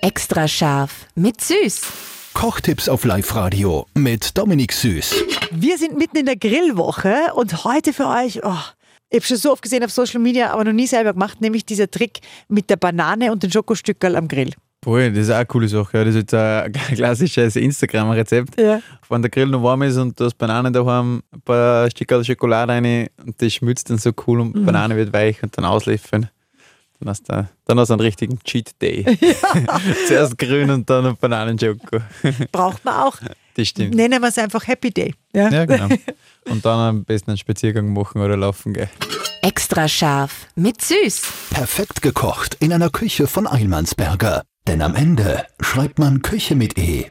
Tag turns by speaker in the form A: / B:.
A: Extra scharf mit Süß.
B: Kochtipps auf Live-Radio mit Dominik Süß.
C: Wir sind mitten in der Grillwoche und heute für euch, oh, ich habe schon so oft gesehen auf Social Media, aber noch nie selber gemacht, nämlich dieser Trick mit der Banane und den Schokostückerl am Grill.
D: Voll, das ist auch eine coole Sache. Ja. Das ist jetzt ein klassisches Instagram-Rezept.
C: Ja.
D: Wenn der Grill noch warm ist und du hast Bananen daheim, ein paar Stückerl Schokolade rein und das schmilzt dann so cool und die Banane wird weich und dann auslöffeln. Dann hast du, dann hast du einen richtigen Cheat-Day. Zuerst grün und dann ein Bananenschoko.
C: Braucht man auch.
D: Das stimmt.
C: Nennen wir es einfach Happy Day. Ja.
D: Ja, genau. Und dann am besten einen Spaziergang machen oder laufen gehen.
A: Extra scharf mit Süß.
B: Perfekt gekocht in einer Küche von Eilmannsberger. Denn am Ende schreibt man Küche mit E.